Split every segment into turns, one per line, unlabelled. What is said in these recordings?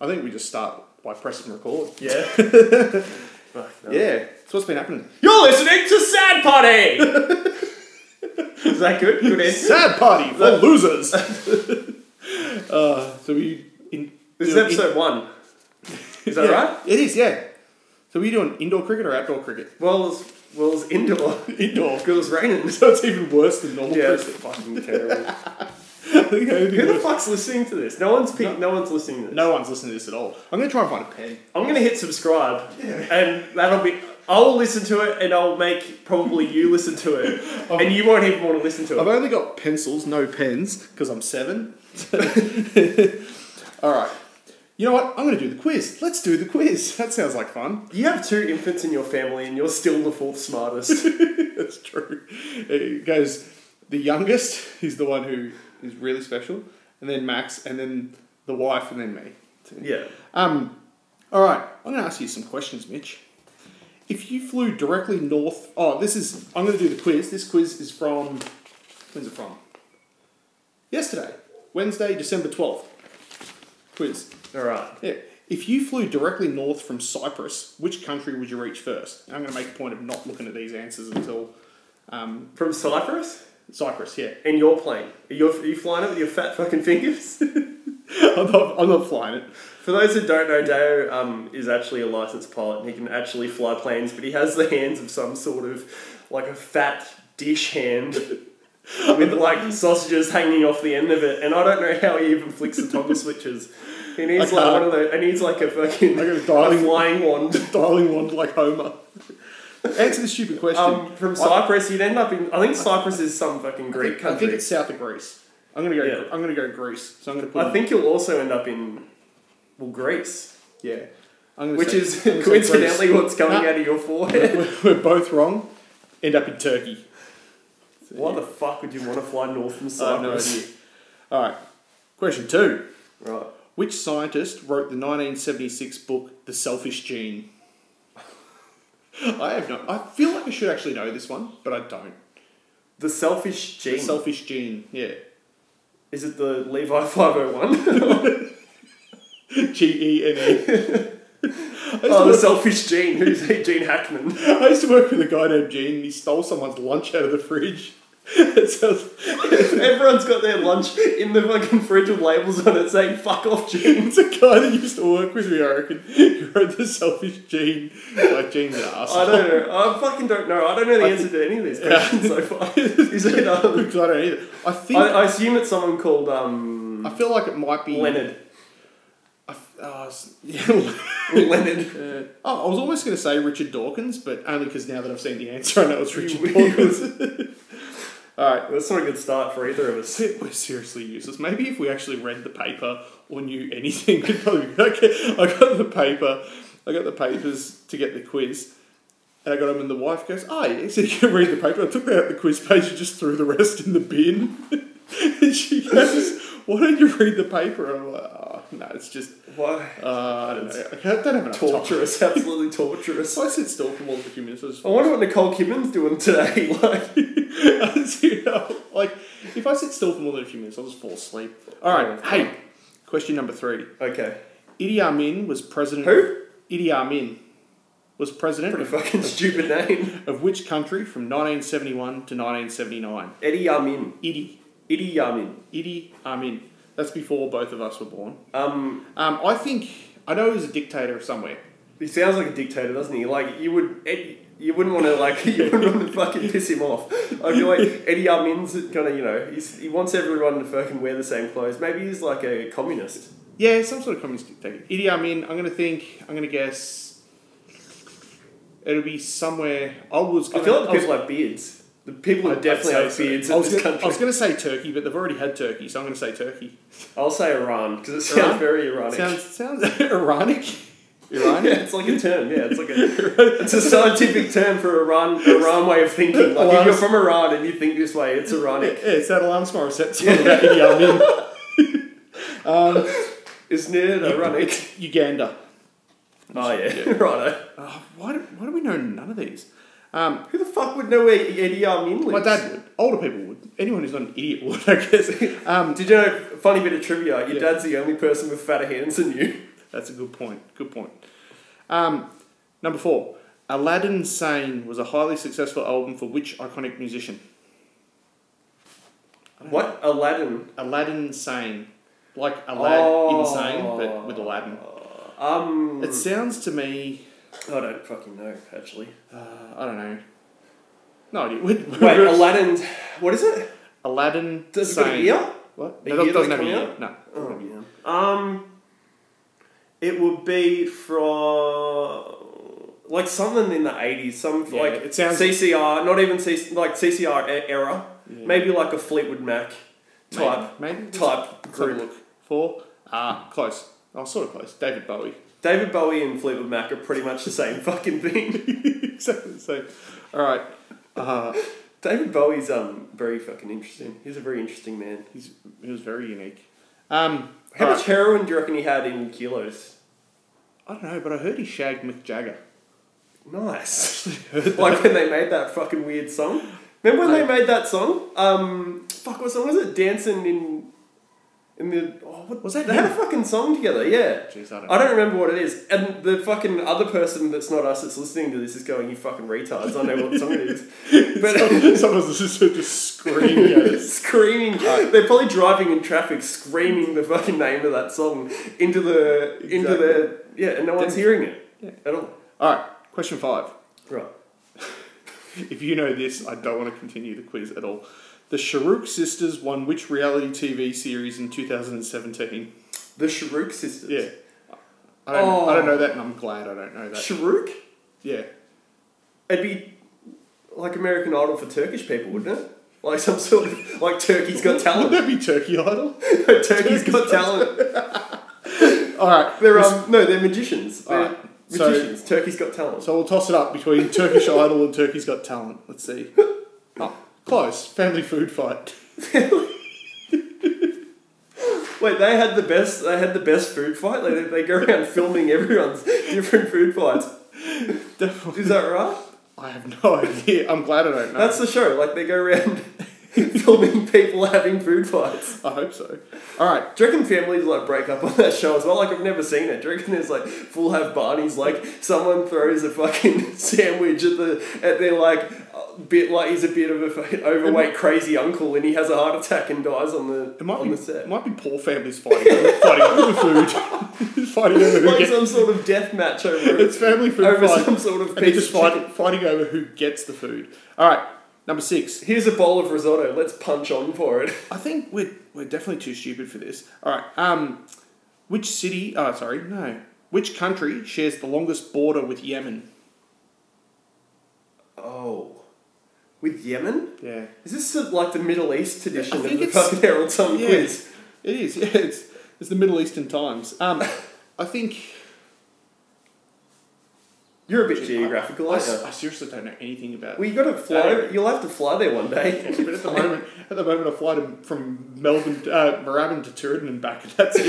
I think we just start by pressing record.
Yeah. Fuck, no.
Yeah. So what's been happening?
You're listening to Sad Party. Is that good? Good answer.
Sad party for losers. uh, so we in
This is
doing
episode one. Is
in-
that
yeah,
right?
It is. Yeah. So we doing indoor cricket or outdoor cricket?
Well, it's, well, it's indoor. Because
Indoor.
it was raining.
So it's even worse than normal
Yeah, it's
cricket.
fucking terrible.
I think I
Who
even
the
worse.
fuck's listening to this? No one's pick, no. one's listening to this.
No one's listening to this at all. I'm gonna try and find a pen.
I'm gonna hit subscribe, and that'll be. I'll listen to it, and I'll make probably you listen to it, and you won't even want to listen to
I've
it.
only got pencils, no pens, because I'm seven. all right. You know what? I'm gonna do the quiz. Let's do the quiz. That sounds like fun.
You have two infants in your family, and you're still the fourth smartest.
That's true. It goes the youngest is the one who is really special, and then Max, and then the wife, and then me.
yeah.
Um, all right, I'm going to ask you some questions, Mitch. If you flew directly north, oh, this is I'm going to do the quiz. This quiz is from when's it from? Yesterday, Wednesday, December twelfth. Quiz.
All right.
Yeah. If you flew directly north from Cyprus, which country would you reach first? I'm going to make a point of not looking at these answers until um,
From Cyprus.
Cyprus. Yeah,
And you're playing. Are you, are you flying it with your fat fucking fingers?
I'm not, I'm not flying it.
For those that don't know, Dao um, is actually a licensed pilot and he can actually fly planes, but he has the hands of some sort of like a fat dish hand with like sausages hanging off the end of it. And I don't know how he even flicks the toggle switches. He needs
I
like one
can't.
of those. He needs like a fucking
Like a
a
diving-
flying wand.
Darling wand like Homer. Answer this stupid question.
Um, from Cyprus, you'd end up in. I think Cyprus is some fucking Greek
I think
country.
it's south of Greece. I'm gonna go.
Yeah.
I'm gonna go Greece. So I'm gonna put.
I think you'll also end up in well Greece.
Yeah. I'm gonna
Which
say-
is
I'm gonna say
coincidentally what's coming
Nah.
out of your forehead.
Greece. We're both wrong. End up in Turkey.
Why the fuck would you want to fly north from
I have no idea.
Cyprus?
All right. Question two.
Right.
Which scientist wrote the 1976 book The Selfish Gene? I have no. I feel like I should actually know this one, but I don't.
The selfish gene.
The Selfish Gene. Yeah.
is it the Levi 501?
G E N E. I used to
oh, the
work-
selfish gene. Who's he? Gene Hackman?
I used to work with a guy named Gene and he stole someone's lunch out of the fridge. It sounds.
Everyone's got their lunch in the fucking fridge with labels on it saying fuck off gene.
It's a guy that used to work with me, I reckon. He wrote the selfish Gene. Like, Gene's an
I
asshole.
don't know. I fucking don't know. I don't know the answer to any of these questions so far. Is it, um,
'Cause I don't either. I think.
I,
I,
I assume it's someone called um,
feel like it might be.
Leonard.
I f- uh, s- yeah,
Leonard.
Uh, oh, I was almost going to say Richard Dawkins, but only because now that I've seen the answer, I know it's Richard
You-
Dawkins. All right,
That's not a good start for either of us.
we're seriously useless. Maybe if we actually read the paper or knew anything, we'd probably be good. okay. I got the paper, I got the papers to get the quiz, and I got them, and the wife goes, "Oh, yeah, so you can read the paper." I took out the quiz page and just threw the rest in the bin. and she goes, "Why don't you read the paper?" And I'm like, "Oh, no, it's just
Why?
uh, I don't know. I don't have enough time."
torturous, absolutely torturous.
So I sit still for more than a few minutes. I just
I wonder what Nicole Kidman's doing today. Like,
you know, like if I sit still for more than a few minutes, I'll just fall asleep. All right. Hey, question number three.
okay,
Idi Amin was president.
Who?
Idi Amin was president
pretty
of,
fucking stupid name.
of which country from 1971 to 1979?
Eddie Yamin,
Idi.
Eddie Yamin.
Idi Amin. That's before both of us were born.
Um,
Um, I think I know he was a dictator of somewhere.
he sounds like a dictator, doesn't he? Like, you would, Ed, you wouldn't want to like, you wouldn't want to fucking piss him off. I feel like Eddie Yamin's kind of, you know, he's, he wants everyone to fucking wear the same clothes. Maybe he's like a communist.
Yeah, some sort of communist dictator. Idi Amin. I'm gonna think. I'm gonna guess. It'll be somewhere. I was.
I
Gonna,
feel like the
I was-
people have beards. The people
I'd- I'd
definitely
say
have
so.
beards
I
in
was
this
gonna- I
country.
was going to say Turkey, but they've already had Turkey, so I'm going to say Turkey.
I'll say Iran because it sounds
Iran?
very Iranic.
Sounds sounds Ironic.
Yeah,
Ironic.
it's like a term. Yeah, it's like a it's a scientific term for Iran Iran way of thinking. Like if you're from Iran and you think this way, it's Iranic.
Yeah, it's that alarm tomorrow set song about Idi Amin.
Isn't it ironic?
Uganda.
Oh yeah, righto.
Oh, why, do, why do we know none of these? Um,
Who the fuck would know where Eddie Armin lives?
my dad would. Older people would. Anyone who's not an idiot would, I guess. Um,
Did you know? Funny bit of trivia. Your
Yeah.
dad's the only person with fatter hands than you.
That's a good point. Good point. Um, number four. Aladdin Sane was a highly successful album for which iconic musician?
What? Aladdin.
Aladdin Sane. Like Alad Insane, but with Aladdin.
Um,
It sounds to me.
I don't fucking know, actually.
Uh, I don't know. No idea. Wait,
Wait, Aladdin. What is it?
Aladdin
Does it got
Sane.
a year?
What?
A
No,
year
it doesn't
they
have a
come
year.
out?
No.
Oh, yeah. Um, it would be from like something in the eighties. Some
Yeah,
like
it sounds-
CCR, not even CC, like CCR e- era.
Yeah.
Maybe like a Fleetwood Mac type
Maybe. Maybe.
type
Let's have a
group.
look. Four. Ah, close. Oh, sort of close. David Bowie.
David Bowie and Fleetwood Mac are pretty much the same fucking thing.
exactly the same. All right. Uh,
David Bowie's um very fucking interesting. He's a very interesting man.
he's, he was very unique. Um,
How
all
much
right.
heroin do you reckon he had in kilos?
I don't know, but I heard he shagged Mick Jagger.
Nice. like when they made that fucking weird song. Remember when
I-
they made that song? Um, fuck, what song was it? Dancing in, in the. Oh, what
Was that
They had a
him?
fucking song together. Yeah.
Jeez, I don't.
I don't remember what it is. And the fucking other person that's not us that's listening to this is going, "You fucking retards! I know what song it is." But
Know. Someone's just, just screaming at us.
screaming, they're probably driving in traffic, screaming the fucking name of that song into the into
Exactly.
the yeah, and no one's hearing it
Yeah.
at all.
All right. Question five.
Right.
If you know this, I don't want to continue the quiz at all. The Sharuk sisters won which reality TV series in 2017?
The Sharuk sisters.
Yeah. I don't, I don't
Oh.
know that, and I'm glad I don't know that.
Sharuk?
Yeah.
It'd be like American Idol for Turkish people, wouldn't it? Like some sort of like Turkey's Got
Would
Talent.
that be Turkey Idol?
Turkey's Got Talent.
All right.
They're um no, they're magicians. They're
Alright, so-
magicians. Turkey's Got Talent.
So we'll toss it up between Turkish Idol and Turkey's Got Talent. Let's see. Oh, close. Family food fight.
Wait, they had the best. They had the best food fight. Like, they they go around filming everyone's different food fights.
Definitely.
Is that right?
I have no idea. I'm glad I don't know.
That's the show. Like they go around filming people having food fights.
I hope so. All right.
Do you reckon families like break up on that show as well? Like I've never seen it. Do you reckon there's like full have Barney's like someone throws a fucking sandwich at the at their like uh, bit like he's a bit of a fucking overweight crazy uncle and he has a heart attack and dies on the
It might be
on the set.
it might be poor families fighting over, fighting over food. fighting over who
like
gets
some sort of death match over
it's family food
over
fight.
some sort of
and they're
piece
just
of chicken.
fighting, fighting over who gets the food. All right. Number six.
Here's a bowl of risotto. Let's punch on for it.
I think we're we're definitely too stupid for this. All right. Um, which city? Oh, sorry, no. Which country shares the longest border with Yemen?
Oh, with Yemen.
Yeah,
Is this the, like the Middle East edition
I
of
think
the
it's-
fucking Herald Sun
yeah.
quiz?
it is. Yeah, it's it's the Middle Eastern Times. Um, I think
You're a bit geographical,
I,
aren't
s-
you?
I seriously don't know anything about.
Well, you got to fly.
Anyway.
You'll have to fly there one
it.
day.
but at the moment, at the moment, I fly to, from Melbourne, uh, Moorabbin to Turin and back, and that's it.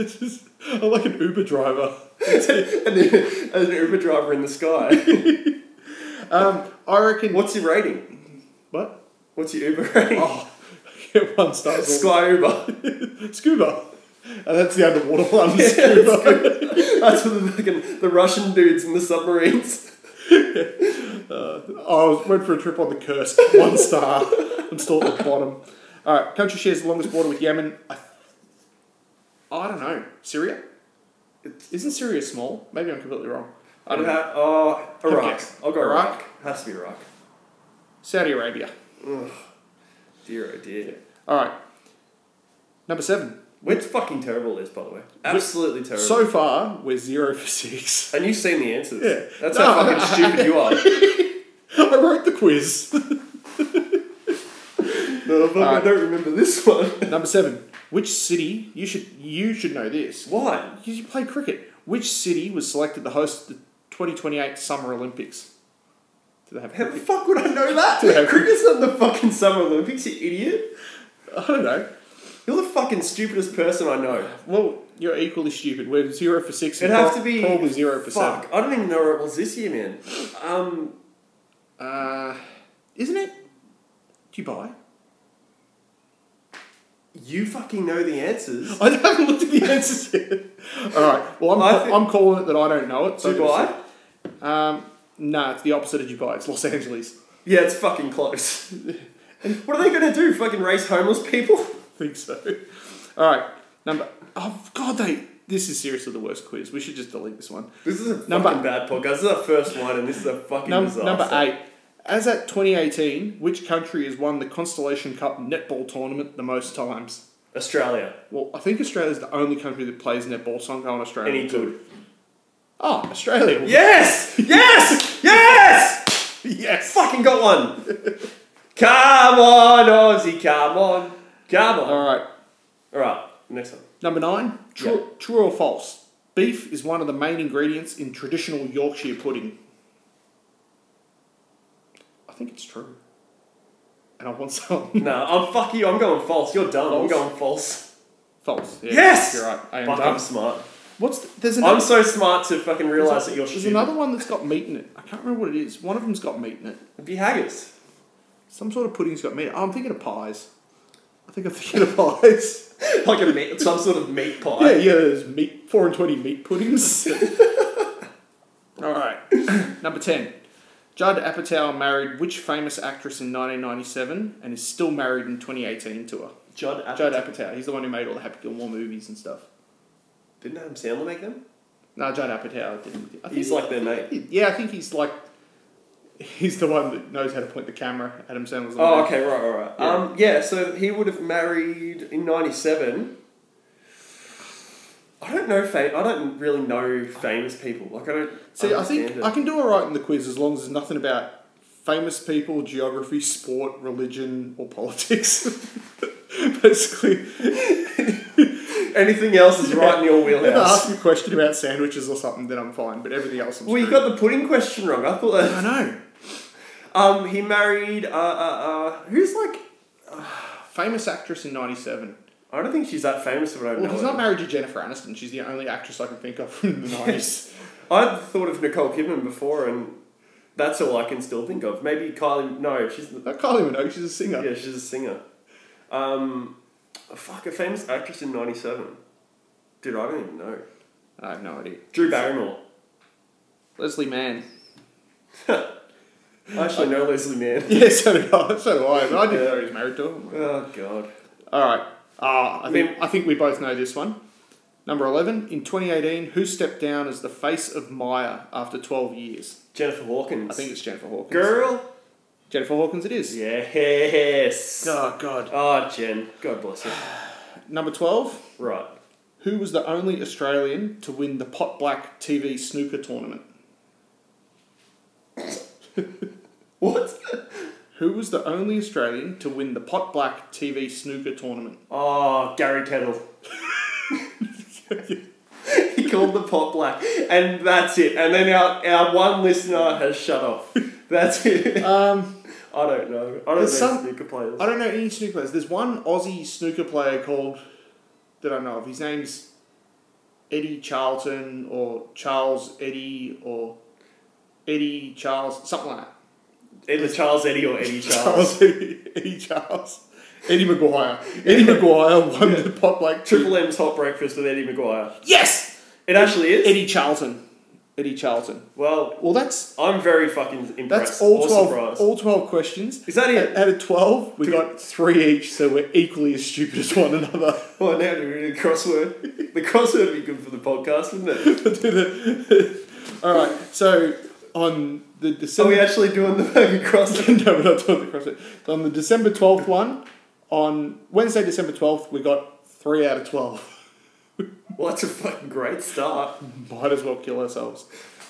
it's just, I'm like an Uber driver.
and then, as an Uber driver in the sky.
Um, I reckon.
What's your rating?
What?
What's your Uber rating?
Oh, get one star.
Sky Uber.
scuba. And that's the underwater one, scuba.
That's what the fucking the Russian dudes in the submarines.
Uh, I went for a trip on the Kursk, one star. I'm still at the bottom. All right, country shares the longest border with Yemen. I, I don't know. Syria? Isn't Syria small? Maybe I'm completely wrong. I don't know.
Ha- oh, Iraq.
guess.
I'll go Iraq.
Iraq?
Has to be Iraq.
Saudi Arabia.
Dear oh dear.
All right. Number seven.
We're fucking terrible at this, by the way. Absolutely terrible.
So far, we're zero for six.
and you've seen the answers.
Yeah.
That's
No,
how fucking stupid you are.
I wrote the quiz.
No, fuck, I
Alright.
don't remember this one.
Number seven. Which city? You should you should know this.
Why?
Because you play cricket. Which city was selected to host the 2028 Summer Olympics? Do they have
How the
cricket?
fuck would I know that?
Yeah.
Cricket's not the fucking Summer Olympics, you idiot.
I don't know.
You're the fucking stupidest person I know.
Well, you're equally stupid. We're zero for six.
It'd
and
have
prob-
to be
probably zero for
Fuck, I don't even know where it was this year, man. Um,
seven. Uh, isn't it Dubai?
You fucking know the answers.
I haven't looked at the answers yet. All right. Well, I'm,
I think-
I'm calling it that I don't know it. So I'm gonna
Dubai?
say- Um, no, it's the opposite of Dubai. It's Los Angeles.
Yeah, it's fucking close. what are they gonna do? Fucking race homeless people?
I think so. All right. Number. Oh God, they. This is seriously the worst quiz. We should just delete this one.
This is a
Number-
fucking bad podcast. This is our first one, and this is a fucking
Num-
disaster.
number eight. As at 2018, which country has won the Constellation Cup netball tournament the most times?
Australia.
Well, I think Australia's the only country that plays netball, so I'm going Australia.
Any good?
Oh, Australia.
Yes! Yes! Yes!
Yes.
Fucking got one. come on, Aussie. Come on. Come on.
All right.
All right. Next one.
Number nine. True, true or false? Beef is one of the main ingredients in traditional Yorkshire pudding. I think it's true. And I want some.
No, I'm fuck you. I'm going false. You're dumb. I'm
False.
going false.
False. Yeah,
Yes!
You're right. I am
Fuck,
dumb.
I'm smart.
What's the, there's another
I'm so smart to fucking realise that you're
There's
stupid.
another one that's got meat in it. I can't remember what it is. One of them's got meat in it.
It'd be haggis.
Some sort of pudding's got meat. Oh, I'm thinking of pies. I think I'm thinking of pies.
Like a meat, some sort of meat pie.
yeah, yeah. There's meat. Four and twenty meat puddings. All right. Number ten. Judd Apatow married which famous actress in 1997 and is still married in 2018 to her?
Judd Apatow.
Judd Apatow. He's the one who made all the Happy Gilmore movies and stuff.
Didn't Adam Sandler make them?
No, Judd Apatow didn't. I think
He's like their mate.
yeah, I think he's like, he's the one that knows how to point the camera. Adam Sandler's. the one.
Oh, okay, right, right, right.
Yeah.
Um, yeah, so he would have married in '97. I don't know fam- I don't really know famous people. Like I don't.
See, I
understand
think
it.
I can do all right in the quiz as long as there's nothing about famous people, geography, sport, religion, or politics. Basically,
anything else is right in your
if I ask
wheelhouse.
you a question about sandwiches or something, then I'm fine. But everything else, I'm
Well, you
screwed.
got the pudding question wrong. I thought that.
I know.
Um, he married. Uh, uh, uh, who's like?
Famous actress in '97.
I don't think she's that famous. If I don't
Well, he's
know.
not
her.
married to Jennifer Aniston. She's the only actress I can think of from the '90s.
I thought of Nicole Kidman before, and that's all I can still think of. Maybe Kylie. No, she's
Not Uh, Kylie Minogue. She's a singer.
Yeah, she's a singer. Um, fuck, a famous actress in '97. Dude, I don't even know.
I have no idea.
Drew Barrymore.
Leslie Mann.
I actually know Leslie Mann.
Yeah, so do I. So do I. But I didn't
Yeah.
know he was married to her.
Oh god.
All right. Ah, I
I
think
mean-
I think we both know this one. Number eleven in 2018, who stepped down as the face of Maya after 12 years?
Jennifer Hawkins.
I think it's Jennifer Hawkins.
girl.
Jennifer Hawkins, it is.
Yes.
Oh God.
Oh, Jen. God bless her.
Number 12,
Right.
who was the only Australian to win the Pot Black TV snooker tournament?
What?
Who was the only Australian to win the Pot Black TV snooker tournament?
Oh, Gary Kettle. he called the pot black, and that's it. And then our, our one listener has shut off. That's it.
Um,
I don't know. I don't know
There's some-
snooker players.
I don't know any snooker players. There's one Aussie snooker player called that I know of. His name's Eddie Charlton or Charles Eddie or Eddie Charles, something like that.
Either Charles Eddie or Eddie Charles.
Charles Eddie, Eddie Charles. Eddie Maguire. Eddie Maguire won the pot like
Triple M's Hot Breakfast with Eddie Maguire.
Yes!
It actually is.
Eddie Charlton. Eddie Charlton.
Well,
Well, that's
I'm very fucking impressed.
that's all
or
12,
surprised.
all 12 questions.
Is that it?
Out of 12, we got three each, so we're equally as stupid as one another.
Well, Oh, now do we need a crossword? the crossword would be good for the podcast, wouldn't it?
All right. So on the
Are
December
we actually doing the fucking crossword?
no, we're not doing the CrossFit. So on the December twelfth one, on Wednesday, December twelfth, we got three out of twelve.
Well, that's a fucking great start.
Might as well kill ourselves.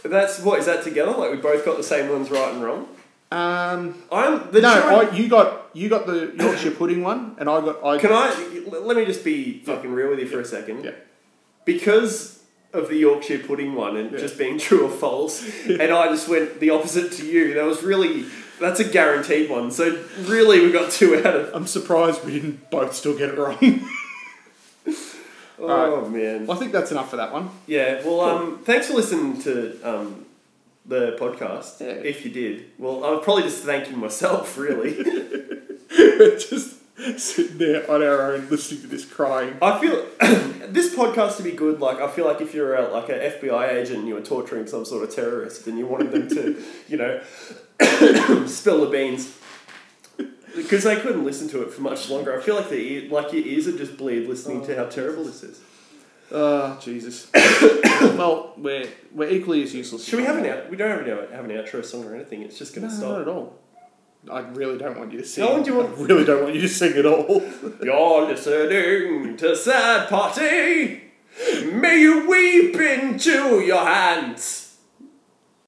That's what is that together? Like we both got the same ones right and wrong.
Um,
I'm the
no,
Giant-
I, you got you got the Yorkshire pudding one, and I got I.
can I l- let me just be fucking real with you for a second?
Yeah.
Because of the Yorkshire pudding one and
Yeah.
just being true or false, and I just went the opposite to you. That was really that's a guaranteed one. So really, we got two out of.
I'm surprised we didn't both still get it wrong.
Oh man.
I think that's enough for that one.
Yeah, well, um, thanks for listening to um, the podcast.
Yeah.
If you did, well, I'm probably just thanking myself, really.
Just sitting there on our own listening to this crying.
I feel this podcast to be good. Like I feel like if you're a, like an FBI agent and you were torturing some sort of terrorist and you wanted them to, you know, spill the beans, because they couldn't listen to it for much longer. I feel like the ear, like your ears are just bleed listening to how terrible this is.
Ah, Jesus. well, we're, we're equally as useless.
Should we have an out? We don't have an out, have an outro song or anything. It's just
No,
gonna
not
stop.
at all. I really don't want you to sing.
No, do you want-
I really don't want you to sing at all.
You're listening to Sad Party. May you weep into your hands.